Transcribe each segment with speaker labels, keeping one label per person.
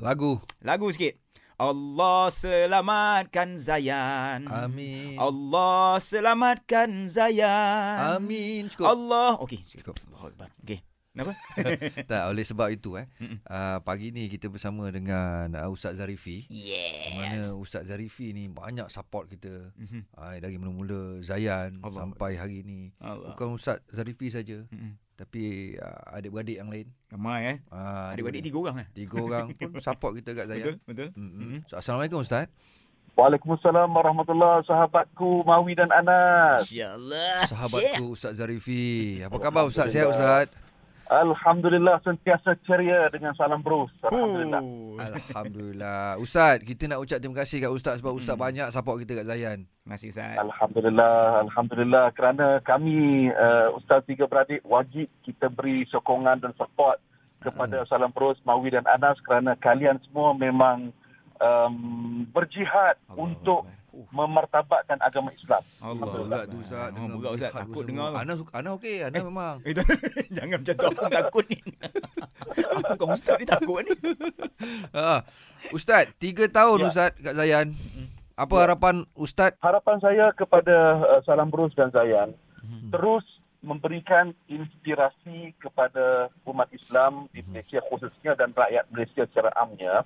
Speaker 1: Lagu.
Speaker 2: Lagu sikit. Allah selamatkan Zayan.
Speaker 1: Amin.
Speaker 2: Allah selamatkan Zayan.
Speaker 1: Amin. Cukup.
Speaker 2: Allah. Okey.
Speaker 1: Cukup.
Speaker 2: Allahu Akbar. Okey. Kenapa?
Speaker 1: tak, oleh sebab itu eh.
Speaker 2: Mm-mm.
Speaker 1: Uh, pagi ni kita bersama dengan uh, Ustaz Zarifi. Di Mana
Speaker 2: yes.
Speaker 1: Ustaz Zarifi ni banyak support kita.
Speaker 2: Mhm.
Speaker 1: Uh, dari mula-mula Zayan
Speaker 2: Allah.
Speaker 1: sampai hari ni.
Speaker 2: Allah.
Speaker 1: Bukan Ustaz Zarifi saja,
Speaker 2: Mm-mm.
Speaker 1: tapi uh, adik-beradik yang lain.
Speaker 2: Ramai eh.
Speaker 1: Uh,
Speaker 2: Adik-adik tiga orang eh.
Speaker 1: tiga orang pun support kita kat Zayan.
Speaker 2: Betul? Mm-hmm. Betul?
Speaker 1: Mm-mm. So, Assalamualaikum Ustaz.
Speaker 3: Waalaikumsalam warahmatullahi sahabatku Mawi dan Anas.
Speaker 2: InsyaAllah. Syekh.
Speaker 1: Sahabatku Ustaz Zarifi. Apa khabar Ustaz? Sihat Ustaz?
Speaker 3: Alhamdulillah sentiasa ceria dengan salam bros. Alhamdulillah.
Speaker 2: Oh.
Speaker 1: Alhamdulillah. Ustaz, kita nak ucap terima kasih kat Ustaz sebab Ustaz
Speaker 2: Mm.
Speaker 1: banyak support kita kat Zayan.
Speaker 2: Terima kasih Ustaz.
Speaker 3: Alhamdulillah, alhamdulillah kerana kami uh, Ustaz Tiga Beradik wajib kita beri sokongan dan support kepada Salam Bros Mawi dan Anas kerana kalian semua memang um, berjihad
Speaker 2: Allahu
Speaker 3: untuk
Speaker 2: Akbar. Oh.
Speaker 3: memartabatkan agama Islam.
Speaker 2: Allah.
Speaker 1: Berat tu Ustaz.
Speaker 2: Oh,
Speaker 1: dengar
Speaker 2: berat
Speaker 1: berjihad
Speaker 2: Ustaz. Takut
Speaker 1: tu
Speaker 2: dengar
Speaker 1: semua.
Speaker 2: tu.
Speaker 1: Ana suka, Ana okey, Ana memang.
Speaker 2: Eh, tak, jangan macam tu. Aku takut ni. aku bukan ustaz ni takut ni.
Speaker 1: Ha. Ustaz, 3 tahun
Speaker 3: Ya.
Speaker 1: Ustaz kat Zayan. Apa harapan Ustaz?
Speaker 3: Harapan saya kepada uh, Salam Bros dan Zayan terus memberikan inspirasi kepada umat Islam di Malaysia khususnya dan rakyat Malaysia secara amnya.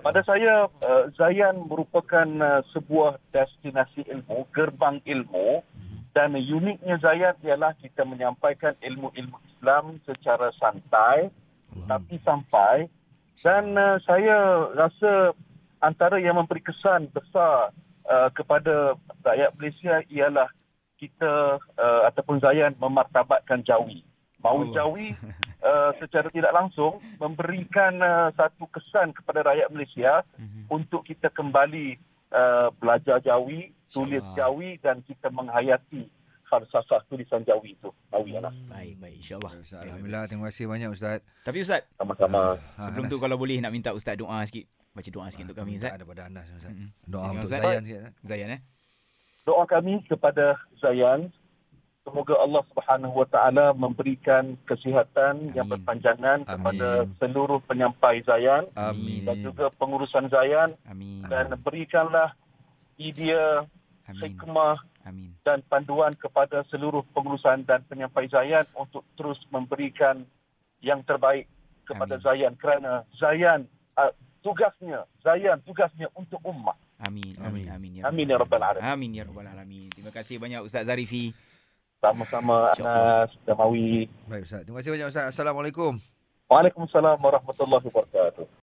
Speaker 3: Pada saya, uh, Zayan merupakan uh, sebuah destinasi ilmu, gerbang ilmu dan uniknya Zayan ialah kita menyampaikan ilmu-ilmu Islam secara santai Hmm. tapi sampai dan uh, saya rasa antara yang memberi kesan besar uh, kepada rakyat Malaysia ialah kita uh, ataupun Zayan memartabatkan Jawi. Mahu
Speaker 2: Allah.
Speaker 3: Jawi uh, secara tidak langsung memberikan uh, satu kesan kepada rakyat Malaysia
Speaker 2: Mhm.
Speaker 3: untuk kita kembali uh, belajar Jawi, tulis
Speaker 2: InsyaAllah.
Speaker 3: Jawi dan kita menghayati falsafah tulisan Jawi lah. itu. Mawi Anas.
Speaker 2: Baik, baik. InsyaAllah.
Speaker 1: Ustaz, Alhamdulillah, terima kasih banyak Ustaz.
Speaker 2: Tapi Ustaz,
Speaker 3: Sama-sama.
Speaker 1: Ha,
Speaker 2: sebelum
Speaker 1: Anas.
Speaker 2: tu kalau boleh nak minta Ustaz doa sikit. Baca doa sikit untuk kami
Speaker 1: Minta
Speaker 2: Ustaz.
Speaker 1: daripada Anas Ustaz.
Speaker 2: Mm-mm.
Speaker 1: Doa
Speaker 2: Silakan,
Speaker 1: untuk
Speaker 2: Ustaz.
Speaker 1: Zayan sikit Ustaz.
Speaker 2: Zayan eh.
Speaker 3: doa kami kepada Zayan semoga Allah Subhanahu Wa Taala memberikan kesihatan yang
Speaker 2: Amin.
Speaker 3: berpanjangan
Speaker 1: Amin.
Speaker 3: kepada seluruh penyampai Zayan
Speaker 1: Amin.
Speaker 3: dan juga pengurusan Zayan
Speaker 2: Amin.
Speaker 3: dan berikanlah idea,
Speaker 2: Amin.
Speaker 3: hikmah
Speaker 2: Amin.
Speaker 3: dan panduan kepada seluruh pengurusan dan penyampai Zayan untuk terus memberikan yang terbaik kepada
Speaker 2: Amin.
Speaker 3: Zayan kerana Zayan uh, tugasnya Zayan tugasnya untuk ummah.
Speaker 2: Amin. Amin. Amin.
Speaker 3: Amin, ya Rabbal Alamin.
Speaker 2: Amin ya rabbal alamin. Terima kasih banyak Ustaz Zarifi.
Speaker 3: Sama-sama
Speaker 2: InsyaAllah.
Speaker 3: Anas Damawi.
Speaker 1: Baik Ustaz. Terima kasih banyak Ustaz. Assalamualaikum.
Speaker 3: Waalaikumsalam warahmatullahi wabarakatuh.